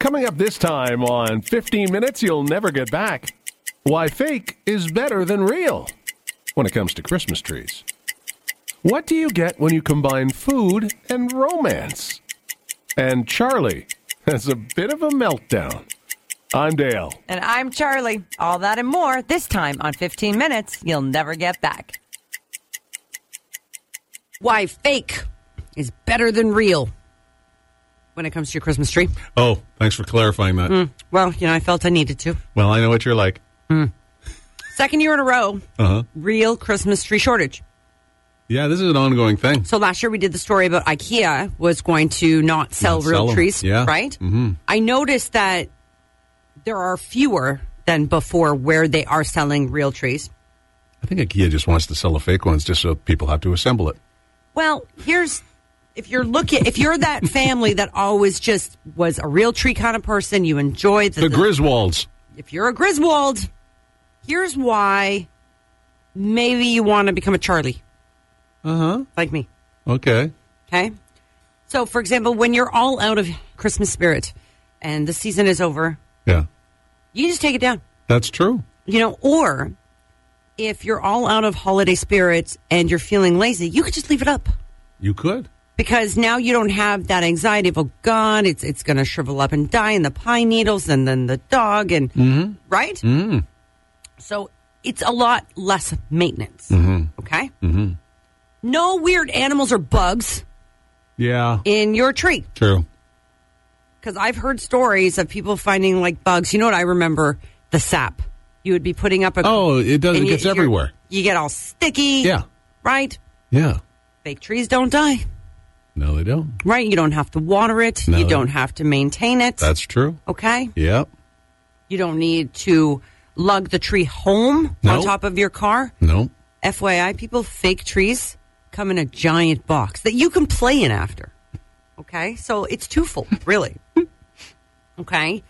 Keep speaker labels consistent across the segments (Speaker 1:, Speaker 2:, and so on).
Speaker 1: Coming up this time on 15 Minutes You'll Never Get Back Why Fake is Better Than Real when it comes to Christmas trees. What do you get when you combine food and romance? And Charlie has a bit of a meltdown. I'm Dale.
Speaker 2: And I'm Charlie. All that and more this time on 15 Minutes You'll Never Get Back. Why fake is better than real when it comes to your Christmas tree.
Speaker 3: Oh, thanks for clarifying that.
Speaker 4: Hmm.
Speaker 2: Well, you know, I felt I needed to.
Speaker 3: Well, I know what you're like.
Speaker 2: Second year in a row,
Speaker 3: Uh huh.
Speaker 2: real Christmas tree shortage.
Speaker 3: Yeah, this is an ongoing thing.
Speaker 2: So last year we did the story about IKEA was going to not sell
Speaker 3: Not
Speaker 2: real
Speaker 3: sell 'em.
Speaker 2: trees,
Speaker 3: Yeah.
Speaker 2: right? Mm-hmm. I noticed that there are fewer than before where they are selling real trees.
Speaker 3: I think IKEA just wants to sell the fake ones just so people have to assemble it.
Speaker 2: Well, here's if you're looking if you're that family that always just was a real tree kind of person, you enjoy the,
Speaker 3: The Griswolds.
Speaker 2: if you're a Griswold, here's why maybe you want to become a Charlie
Speaker 3: Uh huh.
Speaker 2: like me.
Speaker 3: Okay.
Speaker 2: Okay. So, for example, when you're all out of Christmas spirit and the season is over,
Speaker 3: Yeah,
Speaker 2: you just take it down,
Speaker 3: that's true.
Speaker 2: you know, or if you're all out of holiday spirit and you're feeling lazy, you could just leave it up
Speaker 3: You could.
Speaker 2: because now you don't have that anxiety of, oh God, it's, it's going to shrivel up and die and the pine needles and then the dog and,
Speaker 3: Mm-hmm.
Speaker 2: right? Mm. So it's a lot less maintenance. Okay. Mm-hmm. No weird animals or bugs
Speaker 3: Yeah,
Speaker 2: in your tree.
Speaker 3: true.
Speaker 2: because I've heard stories of people finding like bugs. You know what I remember? The sap. You would be putting up a
Speaker 3: Oh, it does.
Speaker 2: and
Speaker 3: It
Speaker 2: you-
Speaker 3: gets
Speaker 2: you're-
Speaker 3: everywhere.
Speaker 2: You get all sticky.
Speaker 3: Yeah.
Speaker 2: Right.
Speaker 3: Yeah.
Speaker 2: Fake trees don't die.
Speaker 3: No, they don't.
Speaker 2: Right. You don't have to water it.
Speaker 3: No.
Speaker 2: You don't have to maintain it.
Speaker 3: That's true.
Speaker 2: okay.
Speaker 3: Yep.
Speaker 2: You don't need to lug the tree home on
Speaker 3: No.
Speaker 2: top of your car.
Speaker 3: No.
Speaker 2: FYI, people, fake trees come in a giant box that you can play in after. Okay? So it's twofold, really. okay?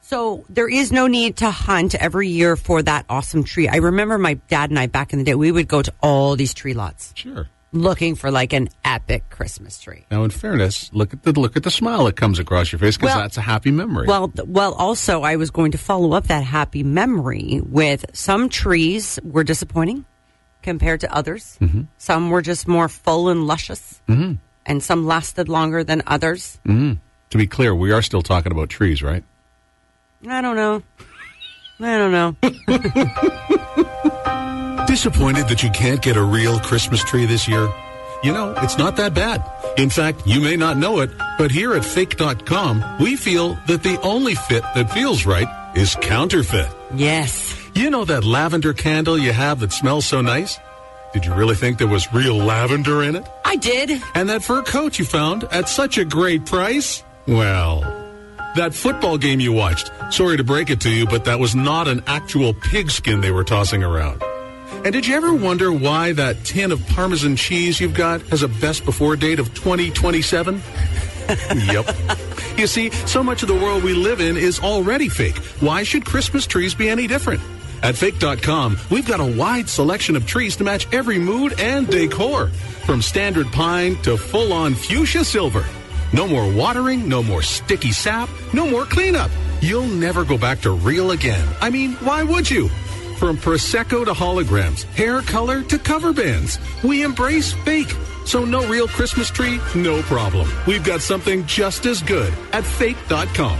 Speaker 2: So there is no need to hunt every year for that awesome tree. I remember my dad and I back in the day, we would go to all these tree lots
Speaker 3: Sure.
Speaker 2: looking for like an epic Christmas tree.
Speaker 3: Now, in fairness, look at the look at the smile that comes across your face because
Speaker 2: Well-
Speaker 3: that's a happy memory.
Speaker 2: Well, th- well. Also, I was going to follow up that happy memory with some trees were disappointing compared to others. Some were just more full and luscious, and some lasted longer than others.
Speaker 3: to be clear, we are still talking about trees, right?
Speaker 2: I don't know. I don't know.
Speaker 3: Disappointed that you can't get a real Christmas tree this year? You know, it's not that bad. In fact, you may not know it, but here at fake.com, we feel that the only fit that feels right is counterfeit.
Speaker 2: yes.
Speaker 3: You know that lavender candle you have that smells so nice? Did you really think there was real lavender in it?
Speaker 2: I did.
Speaker 3: And that fur coat you found at such a great price? Well, that football game you watched, sorry to break it to you, but that was not an actual pigskin they were tossing around. And did you ever wonder why that tin of Parmesan cheese you've got has a best before date of 2027? yep. You see, so much of the world we live in is already fake. Why should Christmas trees be any different? At fake.com, we've got a wide selection of trees to match every mood and decor, from standard pine to full on fuchsia silver. No more watering, no more sticky sap, no more cleanup. You'll never go back to real again. I mean, why would you? From Prosecco to holograms, hair color to cover bands, we embrace fake. So, no real Christmas tree, no problem. We've got something just as good at fake.com.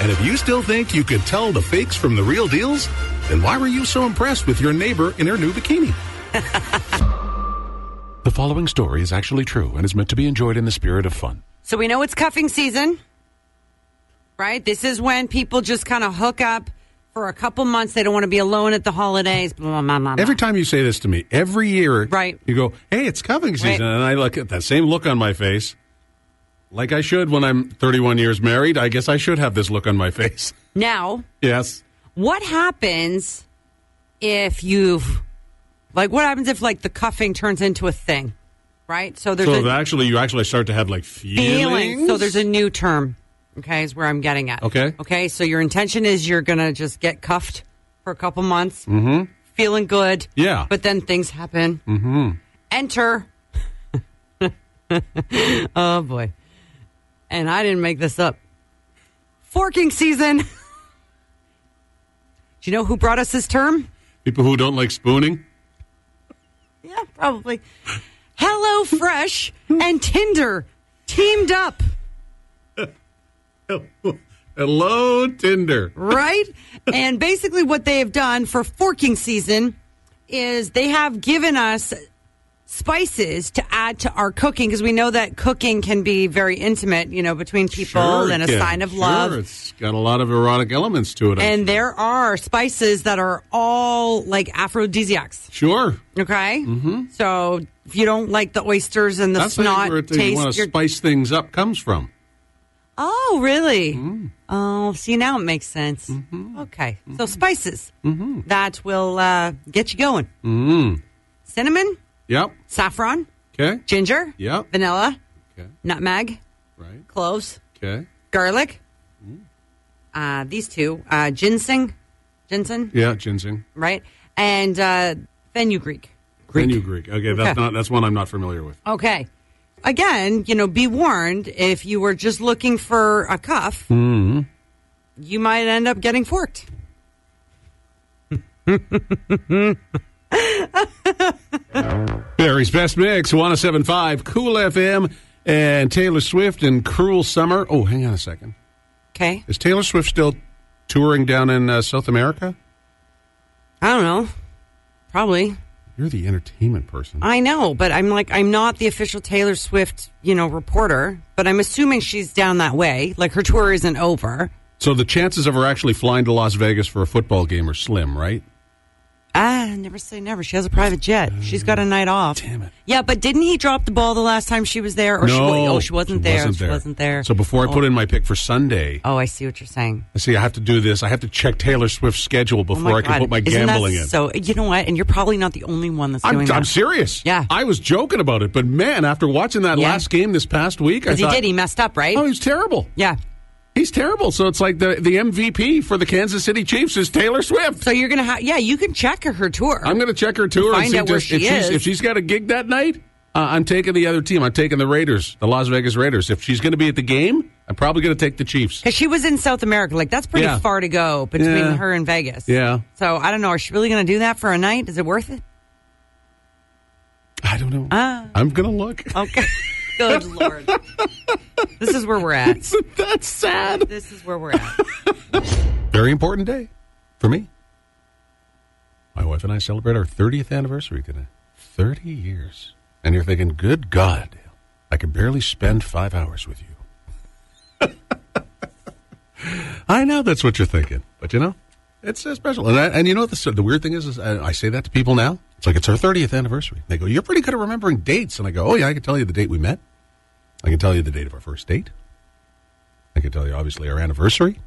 Speaker 3: And if you still think you could tell the fakes from the real deals, then why were you so impressed with your neighbor in her new bikini? the following story is actually true and is meant to be enjoyed in the spirit of fun.
Speaker 2: So we know it's cuffing season, right? This is when people just kind of hook up, for a couple months. They don't want to be alone at the holidays. Blah, blah, blah, blah, blah.
Speaker 3: Every time you say this to me, every year,
Speaker 2: Right.
Speaker 3: You go, hey, it's cuffing season,
Speaker 2: Right.
Speaker 3: and I look at that same look on my face, like I should when I'm 31 years married. I guess I should have this look on my face.
Speaker 2: now,
Speaker 3: yes.
Speaker 2: what happens if you've like what happens if like the cuffing turns into a thing, right? So there's
Speaker 3: So
Speaker 2: a
Speaker 3: if actually, you actually start to have like feelings.
Speaker 2: So there's a new term. Okay, is where I'm getting at.
Speaker 3: Okay.
Speaker 2: Okay. So your intention is you're gonna just get cuffed for a couple months, feeling good.
Speaker 3: Mm-hmm. Yeah.
Speaker 2: But then things happen. Mm-hmm. Enter. oh boy. And I didn't make this up. Forking season. Do you know who brought us this term?
Speaker 3: people who don't like spooning.
Speaker 2: Yeah, probably. Hello Fresh and Tinder teamed up.
Speaker 3: Hello, Tinder.
Speaker 2: right? and basically, what they have done for forking season is they have given us spices to add to our cooking because we know that cooking can be very intimate, you know, between people
Speaker 3: Sure,
Speaker 2: and a
Speaker 3: Ken.
Speaker 2: sign of
Speaker 3: Sure,
Speaker 2: love.
Speaker 3: It's got a lot of erotic elements to it. I'm
Speaker 2: And there are spices that are all like aphrodisiacs.
Speaker 3: sure.
Speaker 2: Okay, mm-hmm. so if you don't like the oysters and the
Speaker 3: That's I think
Speaker 2: snot
Speaker 3: where it- you
Speaker 2: taste,
Speaker 3: want to
Speaker 2: you're-
Speaker 3: spice things up comes from.
Speaker 2: Oh, really? Oh, see, now it makes sense. Okay. So, spices that will uh, get you going Mm-hmm. mm. cinnamon,
Speaker 3: Yep.
Speaker 2: saffron,
Speaker 3: Okay.
Speaker 2: ginger,
Speaker 3: Yep.
Speaker 2: vanilla,
Speaker 3: Okay.
Speaker 2: nutmeg,
Speaker 3: Right.
Speaker 2: cloves,
Speaker 3: Okay.
Speaker 2: garlic. Mm. Uh, these two uh, ginseng, ginseng,
Speaker 3: Yeah, ginseng.
Speaker 2: right? And uh, fenugreek.
Speaker 3: Greek. Menu Greek. Okay, that's
Speaker 2: Okay.
Speaker 3: not that's one I'm not familiar with.
Speaker 2: Okay. Again, you know, be warned if you were just looking for a cuff, you might end up getting forked.
Speaker 3: Barry's Best Mix, 1075, Cool FM, and Taylor Swift and Cruel Summer. Oh, hang on a second.
Speaker 2: Okay.
Speaker 3: Is Taylor Swift still touring down in uh, South America?
Speaker 2: I don't know. Probably.
Speaker 3: You're the entertainment person.
Speaker 2: I know, but I'm like I'm not the official Taylor Swift, you know, reporter, but I'm assuming she's down that way. Like her tour isn't over.
Speaker 3: so the chances of her actually flying to Las Vegas for a football game are slim, right?
Speaker 2: Ah, never say never. She has a private jet. She's got a night off.
Speaker 3: Mm. Damn it.
Speaker 2: Yeah, but didn't he drop the ball the last time she was there? Or she, wa- oh, she wasn't there. She wasn't there.
Speaker 3: So before I put in my pick for Sunday,
Speaker 2: oh, I see what you're saying.
Speaker 3: I see I have to do this. I have to check Taylor Swift's schedule
Speaker 2: Oh
Speaker 3: before
Speaker 2: my
Speaker 3: I can
Speaker 2: God.
Speaker 3: put my
Speaker 2: Isn't
Speaker 3: gambling
Speaker 2: that
Speaker 3: in.
Speaker 2: So you know what? And you're probably not the only one that's
Speaker 3: I'm,
Speaker 2: doing
Speaker 3: I'm
Speaker 2: that.
Speaker 3: serious.
Speaker 2: Yeah.
Speaker 3: I was joking about it, but man, after watching that
Speaker 2: Yeah.
Speaker 3: last game this past week, I
Speaker 2: Because he
Speaker 3: thought,
Speaker 2: did. He messed up, right?
Speaker 3: oh, he's terrible.
Speaker 2: yeah.
Speaker 3: He's terrible. So it's like the, the MVP for the Kansas City Chiefs is Taylor Swift.
Speaker 2: So you're gonna have yeah. You can check her, her tour.
Speaker 3: I'm going to check her tour
Speaker 2: Find
Speaker 3: and see
Speaker 2: out where
Speaker 3: just-
Speaker 2: she
Speaker 3: if, She's,
Speaker 2: is.
Speaker 3: if she's got a gig that night. Uh, I'm taking the other team. I'm taking the Raiders, the Las Vegas Raiders. If she's going to be at the game, I'm probably going to take the Chiefs.
Speaker 2: Because she was in South America. Like, that's pretty
Speaker 3: Yeah.
Speaker 2: far to go between
Speaker 3: Yeah.
Speaker 2: her and Vegas.
Speaker 3: Yeah.
Speaker 2: So I don't know. Is she really going to do that for a night? Is it worth it?
Speaker 3: I don't know.
Speaker 2: Ah.
Speaker 3: I'm going to look.
Speaker 2: Okay. Good Lord. This is where we're at.
Speaker 3: That's sad.
Speaker 2: This is where we're at.
Speaker 3: Very important day for me. My wife and I celebrate our 30th anniversary today. 30 years. And you're thinking, good God, Dale, I can barely spend five hours with you. I know that's what you're thinking, but you know, it's uh, special. And, I, and you know, the, the weird thing is, is I, I say that to people now. It's like, it's our 30th anniversary. They go, you're pretty good at remembering dates. And I go, oh, yeah, I can tell you the date we met. I can tell you the date of our first date. I can tell you, obviously, our anniversary.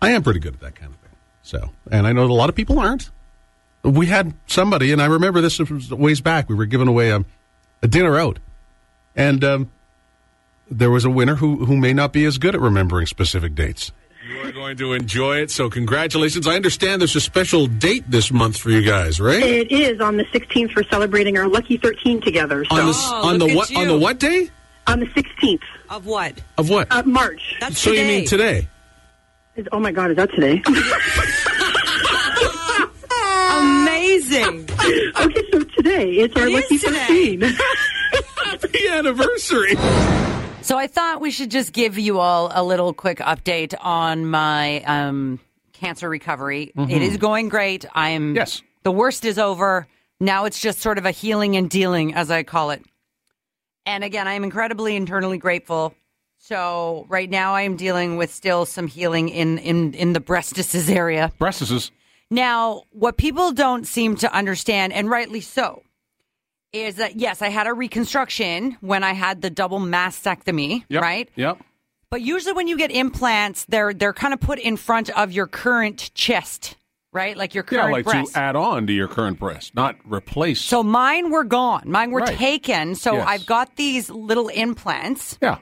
Speaker 3: I am pretty good at that kind of thing. So, and I know that a lot of people aren't. We had somebody, and I remember this was ways back. We were giving away um, a dinner out, and um, there was a winner who who may not be as good at remembering specific dates. You are going to enjoy it. So, congratulations! I understand there's a special date this month for you guys, right?
Speaker 5: It is on the 16th. We're celebrating our lucky 13 together. So
Speaker 3: on the
Speaker 5: on
Speaker 3: s-
Speaker 2: Oh,
Speaker 3: on the
Speaker 2: look at
Speaker 3: what on
Speaker 2: you.
Speaker 3: the what day
Speaker 5: the, 16th
Speaker 2: Of what?
Speaker 3: of what?
Speaker 5: uh, March.
Speaker 2: That's
Speaker 3: so you
Speaker 2: today.
Speaker 3: mean today?
Speaker 5: Is, oh my God, is that today?
Speaker 2: Amazing.
Speaker 5: okay, so today it's our
Speaker 2: It
Speaker 5: lucky
Speaker 2: is today.
Speaker 5: 13.
Speaker 3: Happy anniversary!
Speaker 4: So I thought we should just give you all a little quick update on my um, cancer recovery. It is going great. I'm
Speaker 1: Mm-hmm. Yes.
Speaker 4: The worst is over. Now it's just sort of a healing and dealing, as I call it. And again, I am incredibly internally grateful, So right now I'm dealing with still some healing in in in the breastises area.
Speaker 1: Breastises.
Speaker 4: Now, what people don't seem to understand, and rightly so, is that yes, I had a reconstruction when I had the double mastectomy,
Speaker 1: Yep.
Speaker 4: right?
Speaker 1: Yep.
Speaker 4: But usually when you get implants, they're they're kind of put in front of your current chest, right? Like your current
Speaker 1: yeah, like
Speaker 4: breast.
Speaker 1: to add on to your current breast, not replace.
Speaker 4: so mine were gone. Mine were
Speaker 1: Right.
Speaker 4: taken. So
Speaker 1: Yes.
Speaker 4: I've got these little implants,
Speaker 1: yeah.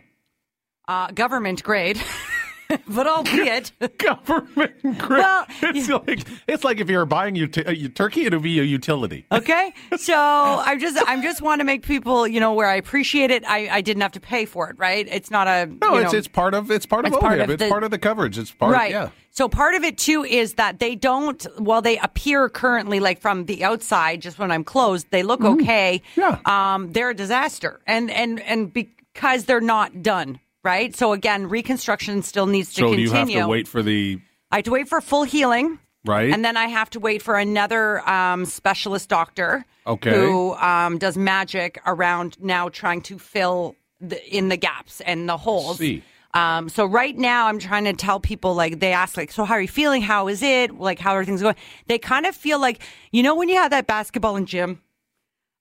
Speaker 4: uh, government grade, but albeit
Speaker 1: Government grant.
Speaker 4: Well,
Speaker 1: it's like it's like if you're buying ut- uh, turkey, it'll be a utility.
Speaker 4: Okay. So I just I am just want to make people, you know, where I appreciate it. I, I didn't have to pay for it, right? It's not a
Speaker 1: No,
Speaker 4: you
Speaker 1: it's
Speaker 4: know-
Speaker 1: it's part of it's part of
Speaker 4: It's part
Speaker 1: OHIP.
Speaker 4: of
Speaker 1: it's
Speaker 4: the-
Speaker 1: part of the coverage. It's part
Speaker 4: right.
Speaker 1: of
Speaker 4: So part of it too is that they don't well, they appear currently like from the outside, just when I'm closed, they look okay.
Speaker 1: Mm-hmm. Yeah.
Speaker 4: Um, they're a disaster. And and and because they're not done, right? So again, reconstruction still needs to
Speaker 1: So do
Speaker 4: continue.
Speaker 1: you have to wait for the
Speaker 4: I have to wait for full healing.
Speaker 1: Right.
Speaker 4: And then I have to wait for another um, specialist doctor
Speaker 1: Okay.
Speaker 4: who um, does magic around now trying to fill the, in the gaps and the holes.
Speaker 1: See.
Speaker 4: Um, so right now I'm trying to tell people like they ask like so how are you feeling how is it like how are things going they kind of feel like you know when you had that basketball in gym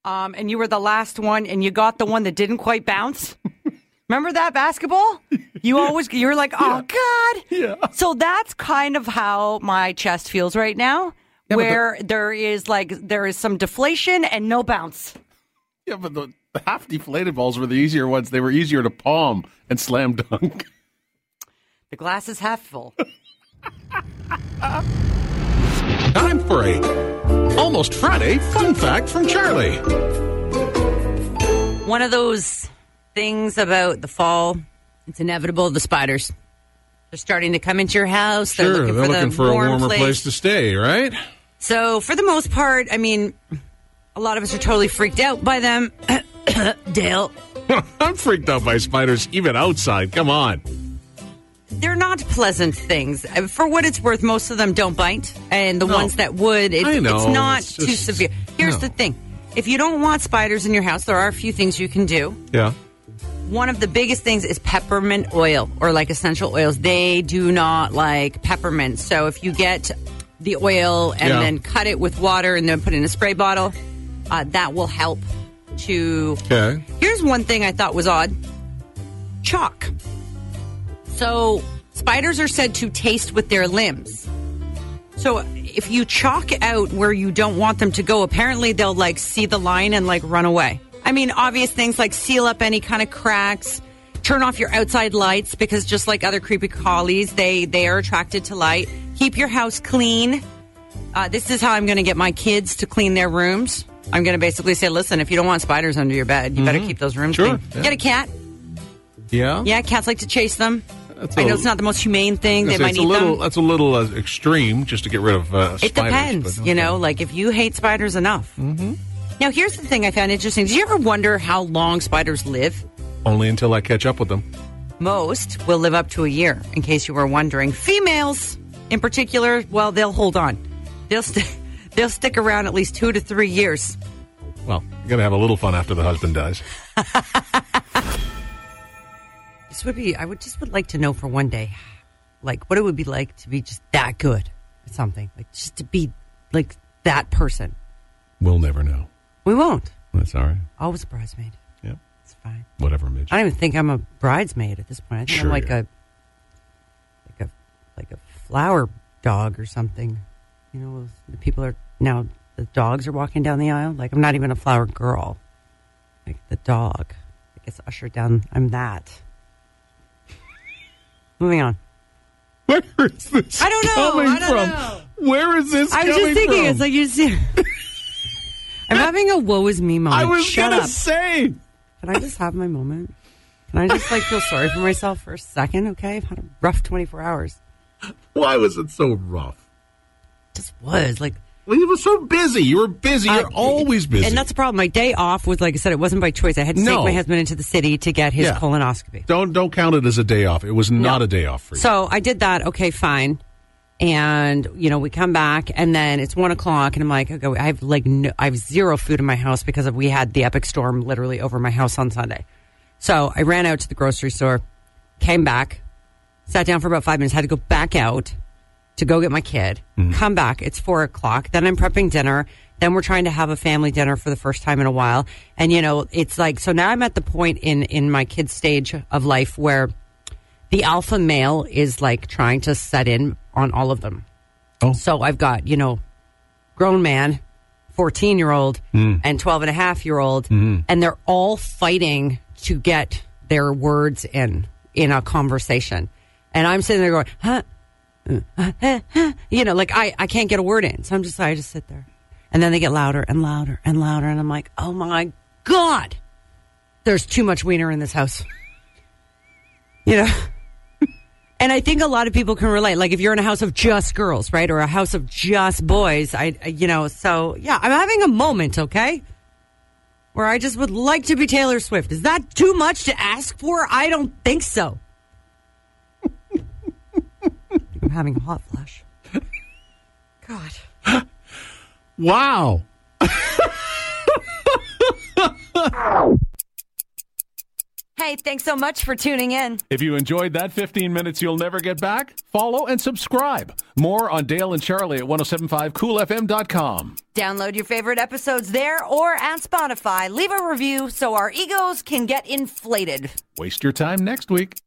Speaker 4: um, and you were the last one and you got the one that didn't quite bounce Remember that basketball? You always you were like, oh god.
Speaker 1: Yeah.
Speaker 4: So that's kind of how my chest feels right now,
Speaker 1: but
Speaker 4: where there is like there is some deflation and no bounce.
Speaker 1: Yeah, but the, the half deflated balls were the easier ones. They were easier to palm and slam dunk.
Speaker 4: The glass is half full.
Speaker 3: Time for a almost Friday fun fact from Charlie.
Speaker 2: One of those things about the fall, it's inevitable. The spiders, they're starting to come into your house. they're looking for, the warm
Speaker 3: to stay, right?
Speaker 2: So, for the most part, I mean, a lot of us are totally freaked out by them. Dale,
Speaker 3: I'm freaked out by spiders even outside. Come on.
Speaker 2: they're not pleasant things. Uh, For what it's worth, most of them don't bite, and the ones that would, it,
Speaker 3: I know.
Speaker 2: it's not
Speaker 3: It's
Speaker 2: too
Speaker 3: just-
Speaker 2: severe. Here's
Speaker 3: no.
Speaker 2: the thing: if you don't want spiders in your house, there are a few things you can do.
Speaker 3: Yeah.
Speaker 2: One of the biggest things is peppermint oil or like essential oils. They do not like peppermint. So if you get the oil and
Speaker 3: Yeah.
Speaker 2: then cut it with water and then put it in a spray bottle, uh, that will help to.
Speaker 3: Okay.
Speaker 2: Here's one thing I thought was odd chalk. So spiders are said to taste with their limbs. So if you chalk out where you don't want them to go, apparently they'll like see the line and like run away. I mean, obvious things like seal up any kind of cracks, turn off your outside lights because just like other creepy collies, they they are attracted to light. Keep your house clean. Uh, this is how I'm going to get my kids to clean their rooms. I'm going to basically say, listen, if you don't want spiders under your bed, you better keep those rooms
Speaker 3: Mm-hmm. Sure,
Speaker 2: clean.
Speaker 3: yeah.
Speaker 2: Get a cat.
Speaker 3: Yeah.
Speaker 2: Yeah, cats like to chase them.
Speaker 3: That's
Speaker 2: I
Speaker 3: a-
Speaker 2: know it's not the most humane thing. They might
Speaker 3: That's- that's a
Speaker 2: eat
Speaker 3: little.
Speaker 2: them.
Speaker 3: That's a little uh, extreme, just to get rid of. Uh,
Speaker 2: It
Speaker 3: spiders,
Speaker 2: depends,
Speaker 3: but
Speaker 2: you know.
Speaker 3: okay.
Speaker 2: Like if you hate spiders enough. Mm-hmm. Now, here's the thing I found interesting. Did you ever wonder how long spiders live?
Speaker 3: Only until I catch up with them.
Speaker 2: Most will live up to a year, in case you were wondering. Females, in particular, well, they'll hold on. They'll st- they'll stick around at least two to three years.
Speaker 3: Well, you gotta have a little fun after the husband dies.
Speaker 2: This would be. I would just would like to know for one day, like what it would be like to be just that good at something, like just to be like that person.
Speaker 3: We'll never know.
Speaker 2: We won't.
Speaker 3: That's all right.
Speaker 2: Always a bridesmaid.
Speaker 3: Yep.
Speaker 2: It's fine.
Speaker 3: Whatever, Midge.
Speaker 2: I don't even think I'm a bridesmaid at this point. I think
Speaker 3: Sure
Speaker 2: I'm like
Speaker 3: you are.
Speaker 2: a like a like a flower dog or something. You know, the people are now the dogs are walking down the aisle. Like I'm not even a flower girl. Like the dog that gets ushered down. I'm that. Moving on.
Speaker 3: Where is this
Speaker 2: I don't know.
Speaker 3: coming
Speaker 2: I don't
Speaker 3: from?
Speaker 2: know.
Speaker 3: Where is this
Speaker 2: I was
Speaker 3: coming
Speaker 2: just thinking.
Speaker 3: from?
Speaker 2: It's like you see. I'm having a woe is me moment.
Speaker 3: I was
Speaker 2: Shut
Speaker 3: gonna
Speaker 2: up.
Speaker 3: say.
Speaker 2: Can I just have my moment? Can I just like feel sorry for myself for a second? Okay, I've had a rough 24 hours.
Speaker 3: Why was it so rough?
Speaker 2: Just was like
Speaker 3: Well, you were so busy. You were busy. You're
Speaker 2: I-
Speaker 3: always busy.
Speaker 2: and that's the problem. My day off was like I said, it wasn't by choice. I had to
Speaker 3: No.
Speaker 2: take my husband into the city to get his
Speaker 3: Yeah.
Speaker 2: colonoscopy.
Speaker 3: don't don't count it as a day off. It was not a day off for you.
Speaker 2: So I did that. Okay, fine. And you know, we come back, and then it's one o'clock, and I'm like, okay, I have like no, I have zero food in my house because of, we had the epic storm literally over my house on Sunday. So I ran out to the grocery store, came back, sat down for about five minutes, had to go back out to go get my kid,
Speaker 3: Mm-hmm.
Speaker 2: come back. It's four o'clock. Then I'm prepping dinner. Then we're trying to have a family dinner for the first time in a while. And, you know, it's like, so now I'm at the point in, in my kid's stage of life where the alpha male is like trying to set in on all of them.
Speaker 1: Oh.
Speaker 2: So I've got, you know, grown man, 14 year old, and 12 and a half year old, and they're all fighting to get their words in in a conversation. And I'm sitting there going, huh? uh, huh, huh," You know, like I, I can't get a word in. So I'm just, I just sit there. And then they get louder and louder and louder. And I'm like, oh my God, there's too much wiener in this house. You know? And I think a lot of people can relate. Like if you're in a house of just girls, right, or a house of just boys, I, I- you know, so yeah, I'm having a moment, okay, where I just would like to be Taylor Swift. Is that too much to ask for? I don't think so. I'm having a hot flash. God,
Speaker 1: Wow.
Speaker 4: Hey, thanks so much for tuning in.
Speaker 1: If you enjoyed that 15 minutes you'll never get back, follow and subscribe. More on Dale and Charlie at 1075coolfm.com.
Speaker 4: Download your favorite episodes there or at Spotify. Leave a review so our egos can get inflated.
Speaker 1: Waste your time next week.